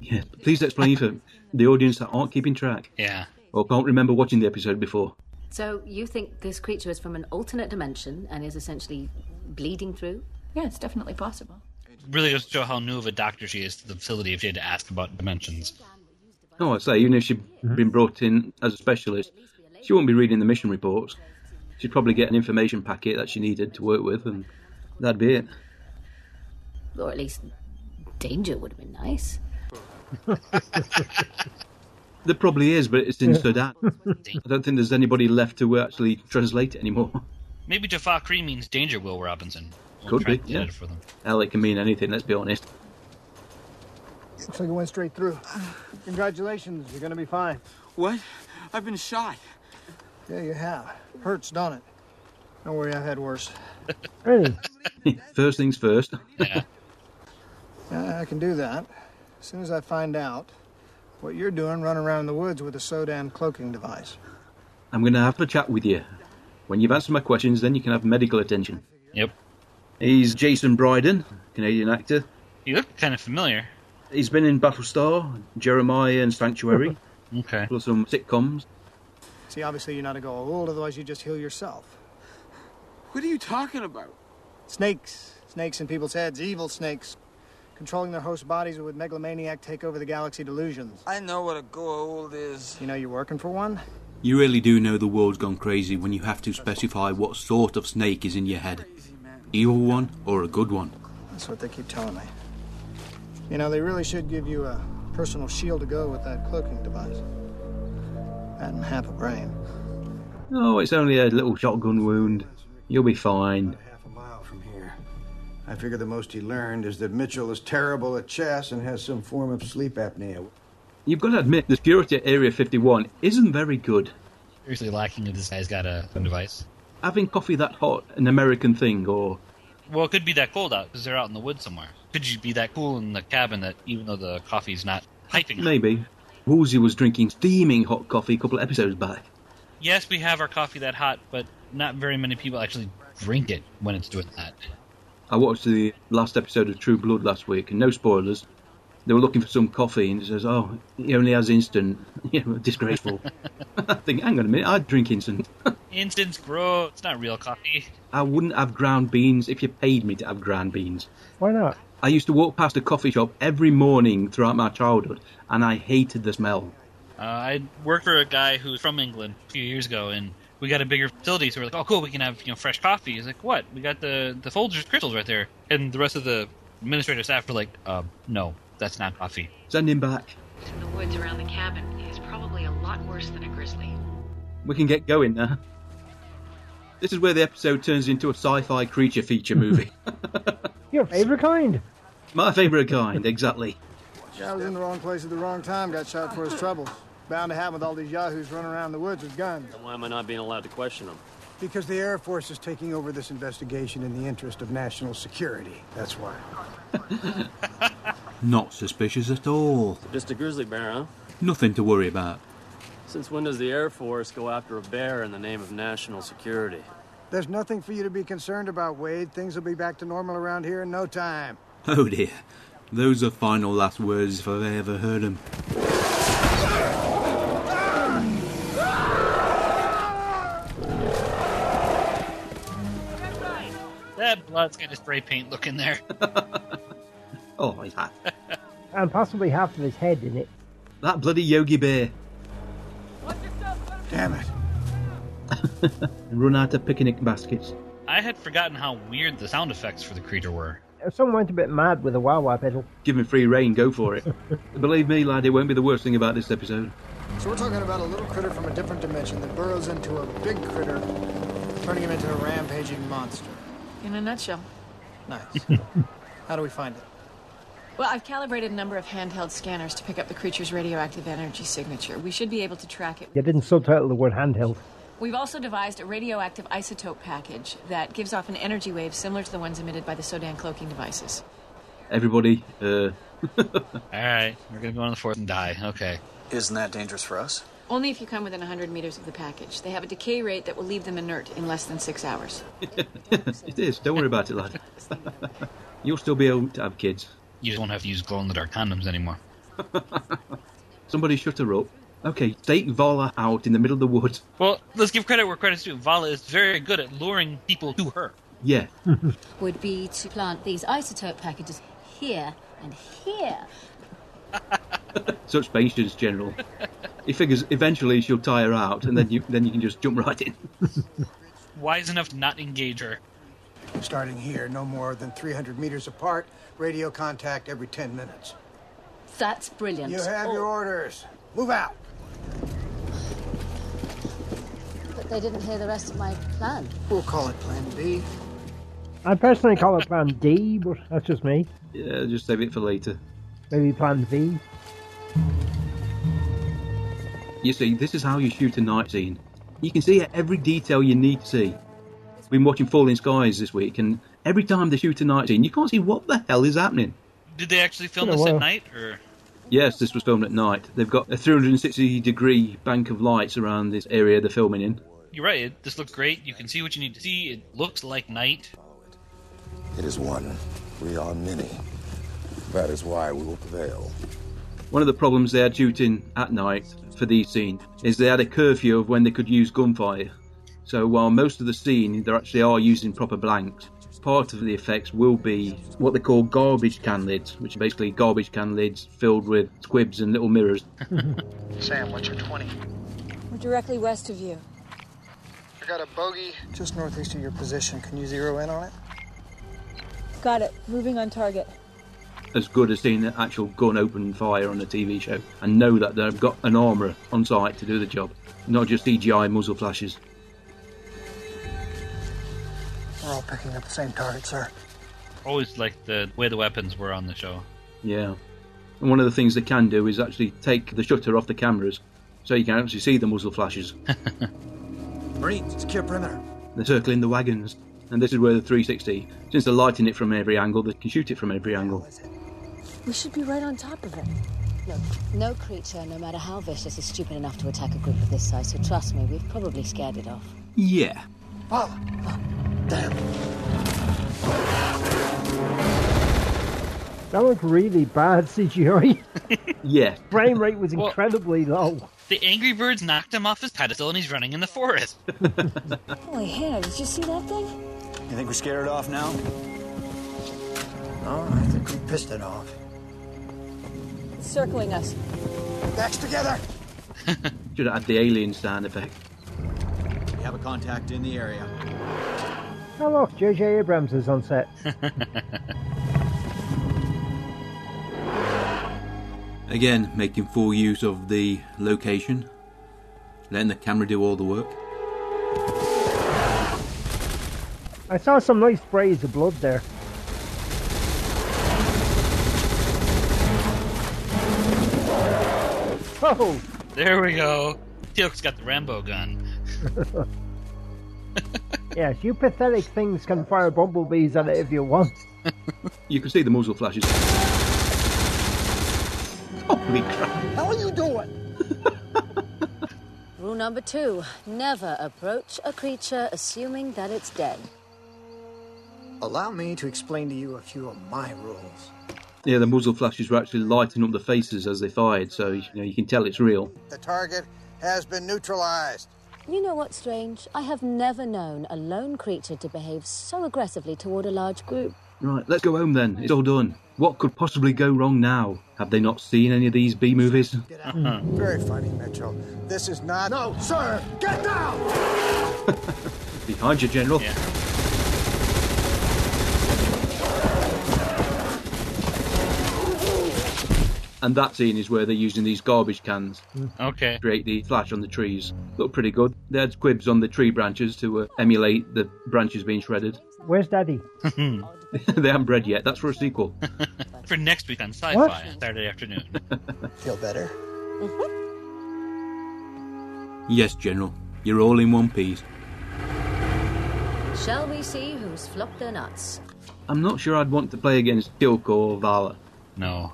Yeah, please explain for the audience that aren't keeping track. Yeah. Or can't remember watching the episode before. So you think this creature is from an alternate dimension and is essentially bleeding through? Yeah, it's definitely possible. Really goes to show how new of a doctor she is to the facility if she had to ask about dimensions. Oh, I say, even if she had been brought in as a specialist, she wouldn't be reading the mission reports. She'd probably get an information packet that she needed to work with, and that'd be it. Or at least danger would have been nice. There probably is, but it's in Yeah. Sudan. I don't think there's anybody left to actually translate it anymore. Maybe Jafakri means danger, Will Robinson. We'll Could try be, and get yeah. it for them. Hell, it can mean anything, let's be honest. Looks like it went straight through. Congratulations, you're gonna be fine. What? I've been shot. Yeah, you have. Hurts, don't it? Don't worry, I've had worse. Really? first things first. Yeah, I can do that. As soon as I find out what you're doing running around in the woods with a Sodan cloaking device. I'm going to have a chat with you. When you've answered my questions, then you can have medical attention. Yep. He's Jason Bryden, Canadian actor. He looked kind of familiar. He's been in Battlestar, Jeremiah, and Sanctuary. okay. Plus some sitcoms. See, obviously you're not a go old, otherwise you just heal yourself. What are you talking about? Snakes. Snakes in people's heads, evil snakes. Controlling their host bodies with megalomaniac take over the galaxy delusions. I know what a gold is. You know you're working for one? You really do know the world's gone crazy when you have to specify what sort of snake is in your head. Evil one or a good one? That's what they keep telling me. You know, they really should give you a personal shield to go with that cloaking device. That and half a brain. Oh, it's only a little shotgun wound. You'll be fine. I figure the most he learned is that Mitchell is terrible at chess and has some form of sleep apnea. You've got to admit, the security at Area 51 isn't very good. Seriously lacking if this guy's got a, a device. having coffee that hot an American thing, or Well, it could be that cold out because they're out in the woods somewhere. Could you be that cool in the cabin that even though the coffee's not piping hot? maybe Woolsey was drinking steaming hot coffee a couple of episodes back. Yes, we have our coffee that hot, but not very many people actually drink it when it's doing that. I watched the last episode of True Blood last week, and no spoilers. They were looking for some coffee, and it says, "Oh, he only has instant." You know, disgraceful. I think, hang on a minute, I'd drink instant. Instant grow. It's not real coffee. I wouldn't have ground beans if you paid me to have ground beans. Why not? I used to walk past a coffee shop every morning throughout my childhood, and I hated the smell. Uh, I worked for a guy who was from England a few years ago, and we got a bigger facility, so we're like, "Oh, cool, we can have you know fresh coffee." He's like, "What? We got the the Folgers crystals right there," and the rest of the administrative staff were like, um, "No, that's not coffee." Send him back. In the woods around the cabin is probably a lot worse than a grizzly. We can get going now. This is where the episode turns into a sci-fi creature feature movie. Your favorite kind. my favourite kind, exactly. Guy was in the wrong place at the wrong time, got shot for his troubles. Bound to happen with all these yahoos running around the woods with guns. Then why am I not being allowed to question him? Because the Air Force is taking over this investigation in the interest of national security. That's why. Not suspicious at all. Just a grizzly bear, huh? Nothing to worry about. Since when does the Air Force go after a bear in the name of national security? There's nothing for you to be concerned about, Wade. Things will be back to normal around here in no time. Oh dear. Those are final last words if I've ever heard 'em. That blood's got a spray paint look in there. oh, he's hot. And possibly half of his head in it. That bloody Yogi Bear. Damn it. Run out of picnic baskets. I had forgotten how weird the sound effects for the creature were. If someone went a bit mad with a wah wah pedal, Give him free reign, go for it. Believe me, lad, it won't be the worst thing about this episode. So we're talking about a little critter from a different dimension that burrows into a big critter, turning him into a rampaging monster. In a nutshell. Nice. How do we find it? Well, I've calibrated a number of handheld scanners to pick up the creature's radioactive energy signature. We should be able to track it. you didn't subtitle the word handheld. We've also devised a radioactive isotope package that gives off an energy wave similar to the ones emitted by the Sodan cloaking devices. Everybody, uh, All right, we're gonna go on the fourth and die. Okay. Isn't that dangerous for us? Only if you come within 100 meters of the package. They have a decay rate that will leave them inert in less than six hours. it is. Don't worry about it, lad. You'll still be able to have kids. You just won't have to use glow in the dark condoms anymore. Somebody shut her up. Okay, take Vala out in the middle of the woods. Well, let's give credit where credit's due. Vala is very good at luring people to her. Yeah. Would be to plant these isotope packages here and here. Such patience, General. He figures eventually she'll tire out, and then you then you can just jump right in. Wise enough to not engage her. Starting here, no more than 300 meters apart, radio contact every 10 minutes. That's brilliant. You have your orders. Move out. But they didn't hear the rest of my plan. We'll call it Plan B. I personally call it Plan D, but that's just me. Yeah, just save it for later. Maybe Plan V. You see, this is how you shoot a night scene. You can see every detail you need to see. We've been watching Falling Skies this week, and every time they shoot a night scene, you can't see what the hell is happening. Did they actually film Been a this at while. night, or Yes, this was filmed at night. They've got a 360 degree bank of lights around this area they're filming in. you're right? It, this looks great. You can see what you need to see. It looks like night. It is one. We are many. That is why we will prevail. One of the problems they had shooting at night for these scenes is they had a curfew of when they could use gunfire. So while most of the scene they actually are using proper blanks, part of the effects will be what they call garbage can lids, which are basically garbage can lids filled with squibs and little mirrors. Sam, what's your 20? We're directly west of you. I got a bogey just northeast of your position. Can you zero in on it? Got it. Moving on target. as good as seeing an actual gun open fire on a TV show and know that they've got an armourer on site to do the job, not just CGI muzzle flashes. We're all picking up the same target, sir. Always like the way the weapons were on the show. Yeah. And one of the things they can do is actually take the shutter off the cameras so you can actually see the muzzle flashes. Marines, secure perimeter. They're circling the wagons. And this is where the 360, since they're lighting it from every angle, they can shoot it from every angle. We should be right on top of it. Look, no creature, no matter how vicious, is stupid enough to attack a group of this size, so trust me, we've probably scared it off. Yeah. Paula! That was really bad CGI. yeah. Frame rate was incredibly low. The angry birds knocked him off his pedestal and he's running in the forest. Holy hell, did you see that thing? You think we scared it off now? No, I think we pissed it off. It's circling us. Backs together! Should have had the alien sound effect. We have a contact in the area. Oh, look, JJ Abrams is on set. Again, making full use of the location, letting the camera do all the work. I saw some nice sprays of blood there. Oh! There we go. Teal's got the Rambo gun. yes, you pathetic things can fire bumblebees at it if you want. You can see the muzzle flashes. Holy crap. How are you doing? Rule number two never approach a creature assuming that it's dead. Allow me to explain to you a few of my rules. Yeah, the muzzle flashes were actually lighting up the faces as they fired, so you, know, you can tell it's real. The target has been neutralized. You know what's strange? I have never known a lone creature to behave so aggressively toward a large group. Right, let's go home then. It's all done. What could possibly go wrong now? Have they not seen any of these B movies? Mm-hmm. Very funny, Mitchell. This is not. No, sir! Get down! Behind you, General. And that scene is where they're using these garbage cans. Okay. Create the flash on the trees. Look pretty good. They had quibs on the tree branches to uh, emulate the branches being shredded. Where's Daddy? they haven't bred yet. That's for a sequel. For next week on Sci Fi, What? Saturday afternoon. Feel better? Yes, General, you're all in one piece. Shall we see who's flopped their nuts? I'm not sure I'd want to play against Tilk or Vala. No.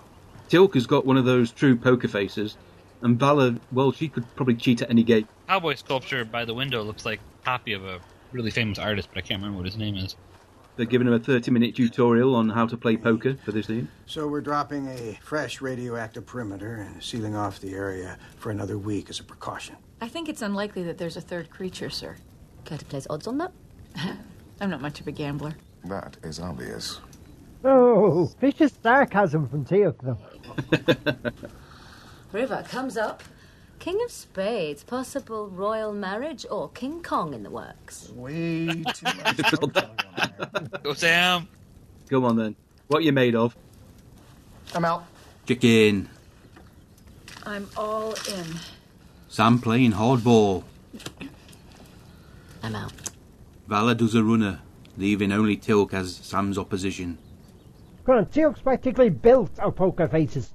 Tilk has got one of those true poker faces, and Vala, well, she could probably cheat at any game. Cowboy sculpture by the window looks like a copy of a really famous artist, but I can't remember what his name is. They're giving him a 30 minute tutorial on how to play poker for this scene. So we're dropping a fresh radioactive perimeter and sealing off the area for another week as a precaution. I think it's unlikely that there's a third creature, sir. Care to place odds on that? I'm not much of a gambler. That is obvious. Oh, vicious sarcasm from Teal, though. River comes up. King of Spades, possible royal marriage, or King Kong in the works. Way too Go, Sam. Come on then. What you made of? I'm out. Chicken. I'm all in. Sam playing hardball. I'm out. Vala does a runner, leaving only Tilk as Sam's opposition. Come on, Teal's practically built of poker faces.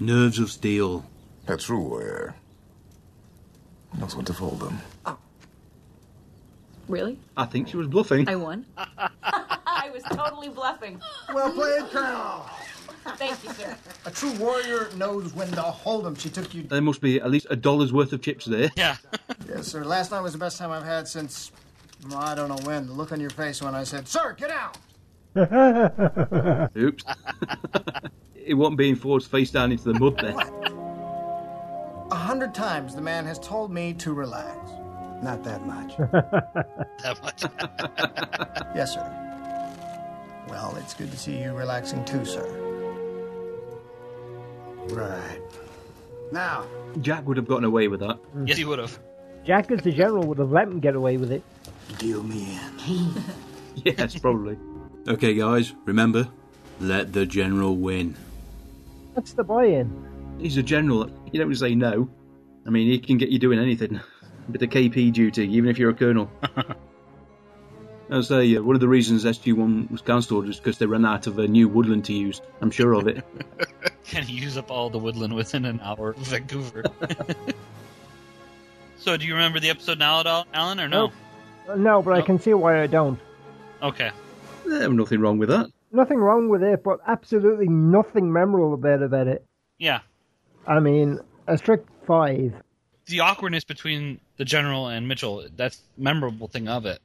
Nerves of steel. A true warrior knows when to fold them. Really? I think she was bluffing. I won? I was totally bluffing. Well played, Colonel. Thank you, sir. A true warrior knows when to hold 'em. She took you. There must be at least a dollar's worth of chips there. Yeah. Yes, sir. Last night was the best time I've had since. well, I don't know when. The look on your face when I said, Sir, get out! Oops. it wasn't being forced face down into the mud there. A hundred times the man has told me to relax. Not that much. that much. yes, sir. Well, it's good to see you relaxing too, sir. Right. Now. Jack would have gotten away with that. Yes, he would have. Jack as the general would have let him get away with it. Deal me in. Yes, probably. Okay, guys, remember, let the general win. That's the buy-in. He's a general. You don't say no. I mean, he can get you doing anything. But the KP duty, even if you're a colonel. I say, uh, one of the reasons SG1 was cancelled is because they ran out of a new woodland to use. I'm sure of it. Can use up all the woodland within an hour of Vancouver. so, do you remember the episode now at all, Alan, or no? Uh, No, but I can see why I don't. Okay. There's nothing wrong with that. Nothing wrong with it, but absolutely nothing memorable about about it. Yeah. I mean, a strict five. The awkwardness between the general and Mitchell, that's memorable thing of it.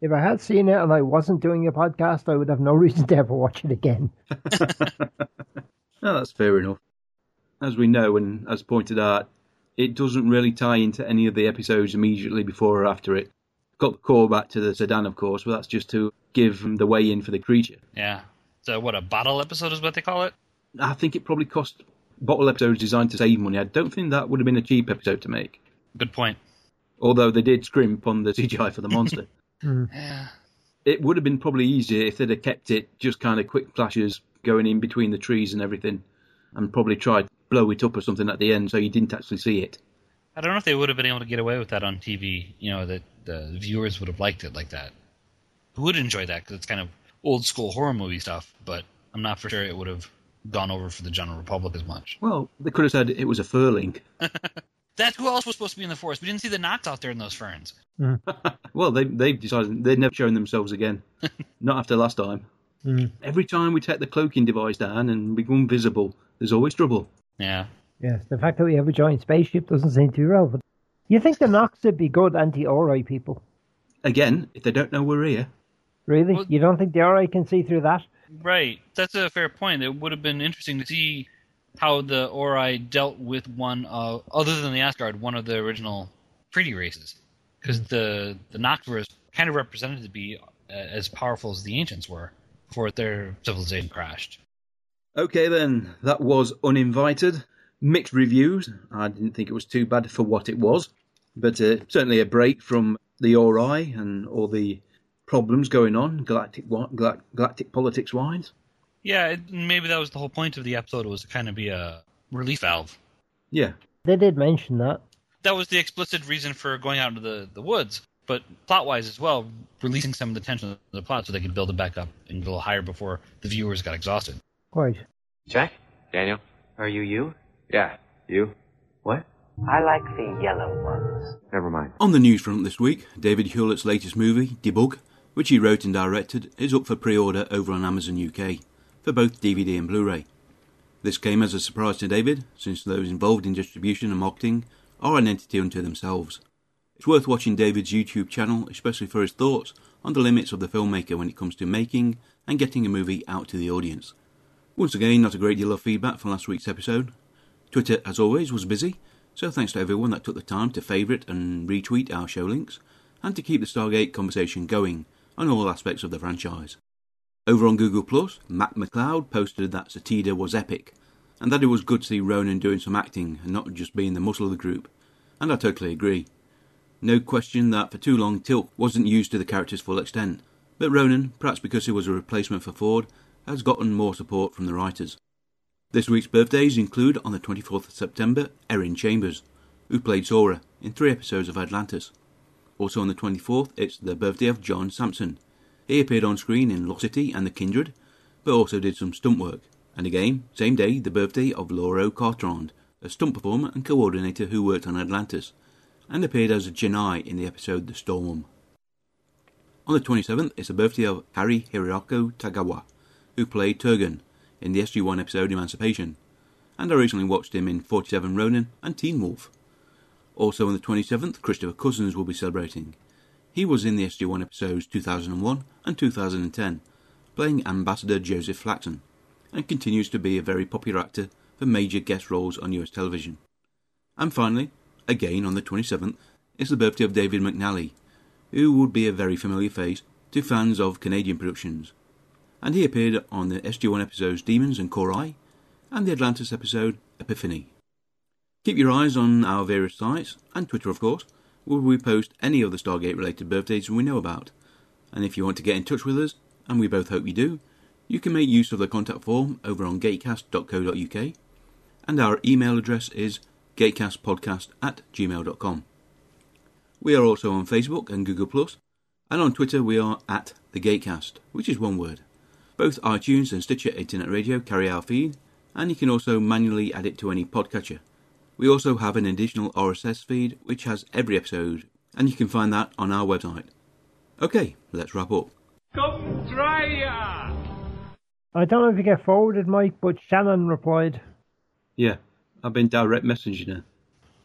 If I had seen it and I wasn't doing a podcast, I would have no reason to ever watch it again. No, that's fair enough. As we know and as pointed out, it doesn't really tie into any of the episodes immediately before or after it. Got the call back to the sedan, of course, but that's just to give them the way in for the creature. Yeah. So what a bottle episode is what they call it? I think it probably cost bottle episodes designed to save money. I don't think that would have been a cheap episode to make. Good point. Although they did scrimp on the CGI for the monster. Yeah. it would have been probably easier if they'd have kept it just kind of quick flashes going in between the trees and everything, and probably tried to blow it up or something at the end so you didn't actually see it. I don't know if they would have been able to get away with that on TV. You know that the viewers would have liked it like that. Who would enjoy that because it's kind of old school horror movie stuff. But I'm not for sure it would have gone over for the general public as much. Well, they could have said it was a furling. That's who else was supposed to be in the forest. We didn't see the knots out there in those ferns. Well, they they've decided they've never shown themselves again. Not after last time. Every time we take the cloaking device down and become visible, there's always trouble. Yeah. Yes, the fact that we have a giant spaceship doesn't seem to be relevant. You think the Knox would be good anti ori people? Again, if they don't know we're here. Really? you don't think the RA can see through that? Right. That's a fair point. It would have been interesting to see how the Ori dealt with one of, other than the Asgard, one of the original treaty races. Because the, the Noctvers kind of represented to be uh, as powerful as the ancients were before their civilization crashed. Okay, then that was uninvited. Mixed reviews. I didn't think it was too bad for what it was, but uh, certainly a break from the Ori and all the problems going on galactic wi- galac- galactic politics wise. Yeah, it, maybe that was the whole point of the episode was to kind of be a relief valve. Yeah. They did mention that. That was the explicit reason for going out into the, the woods, but plot wise as well, releasing some of the tension of the plot so they could build it back up and get a little higher before the viewers got exhausted. Quite. Jack? Daniel? Are you you? Yeah, you. What? I like the yellow ones. Never mind. On the news front this week, David Hewlett's latest movie, Debug, which he wrote and directed, is up for pre order over on Amazon UK for both DVD and Blu ray. This came as a surprise to David, since those involved in distribution and marketing are an entity unto themselves. It's worth watching David's YouTube channel, especially for his thoughts on the limits of the filmmaker when it comes to making and getting a movie out to the audience. Once again, not a great deal of feedback from last week's episode. Twitter, as always, was busy, so thanks to everyone that took the time to favourite and retweet our show links and to keep the Stargate conversation going on all aspects of the franchise. Over on Google Plus, Matt McLeod posted that Satida was epic, and that it was good to see Ronan doing some acting and not just being the muscle of the group, and I totally agree. No question that for too long Tilt wasn't used to the character's full extent, but Ronan, perhaps because he was a replacement for Ford, has gotten more support from the writers. This week's birthdays include on the 24th of September Erin Chambers, who played Sora in three episodes of Atlantis. Also on the 24th, it's the birthday of John Sampson. He appeared on screen in Lost City and The Kindred, but also did some stunt work. And again, same day, the birthday of Laura Cartrand, a stunt performer and coordinator who worked on Atlantis, and appeared as a Janai in the episode The Storm. On the 27th, it's the birthday of Harry Hiroko Tagawa, who played Turgon in the SG1 episode Emancipation, and I recently watched him in 47 Ronin and Teen Wolf. Also on the 27th, Christopher Cousins will be celebrating. He was in the SG1 episodes 2001 and 2010, playing Ambassador Joseph Flaxon, and continues to be a very popular actor for major guest roles on US television. And finally, again on the 27th, is the birthday of David McNally, who would be a very familiar face to fans of Canadian productions. And he appeared on the SG1 episodes Demons and Korai, and the Atlantis episode Epiphany. Keep your eyes on our various sites, and Twitter of course, where we post any of the Stargate related birthdays we know about. And if you want to get in touch with us, and we both hope you do, you can make use of the contact form over on gatecast.co.uk, and our email address is gatecastpodcast at gmail.com. We are also on Facebook and Google Plus, and on Twitter we are at the Gatecast, which is one word. Both iTunes and Stitcher Internet Radio carry our feed, and you can also manually add it to any podcatcher. We also have an additional RSS feed which has every episode and you can find that on our website. Okay, let's wrap up. Come try ya! I don't know if you get forwarded, Mike, but Shannon replied, Yeah, I've been direct messaging her.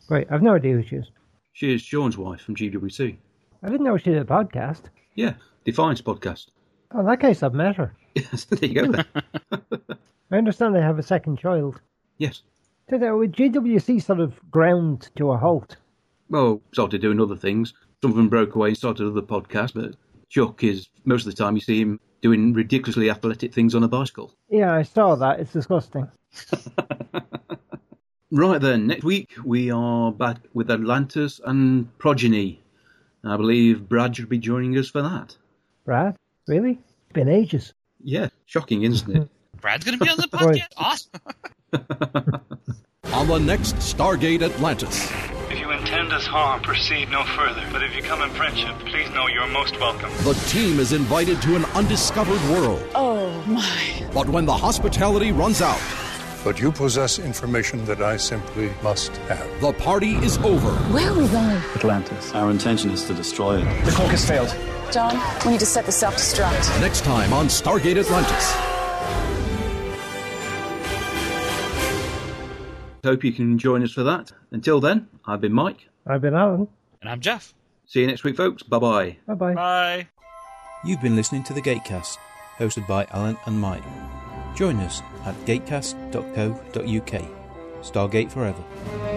Right, I've no idea who she is. She is Sean's wife from GWC. I didn't know she did a podcast. Yeah, Defiance podcast. Oh, in that case, I've met her. Yes, there you go. Then. I understand they have a second child. Yes. So they were GWC sort of ground to a halt. Well, started doing other things. Some of them broke away and started other podcasts, but Chuck is most of the time you see him doing ridiculously athletic things on a bicycle. Yeah, I saw Oh, that. It's disgusting. Right then, next week we are back with Atlantis and Progeny. I believe Brad should be joining us for that. Brad? Really? It's been ages. Yeah, shocking, isn't it? Brad's going to be on the podcast. awesome. On the next Stargate Atlantis. If you intend us harm, proceed no further. But if you come in friendship, please know you're most welcome. The team is invited to an undiscovered world. Oh, my. But when the hospitality runs out, But you possess information that I simply must have. the party is over. Where are we going? Atlantis. Our intention is to destroy it. The cloak has failed. John, we need to set the self destruct. Next time on Stargate Atlantis. Hope you can join us for that. Until then, I've been Mike. I've been Alan. And I'm Jeff. See you next week, folks. Bye bye. Bye bye. Bye. You've been listening to The Gatecast, hosted by Alan and Mike. Join us at gatecast.co.uk. Stargate Forever.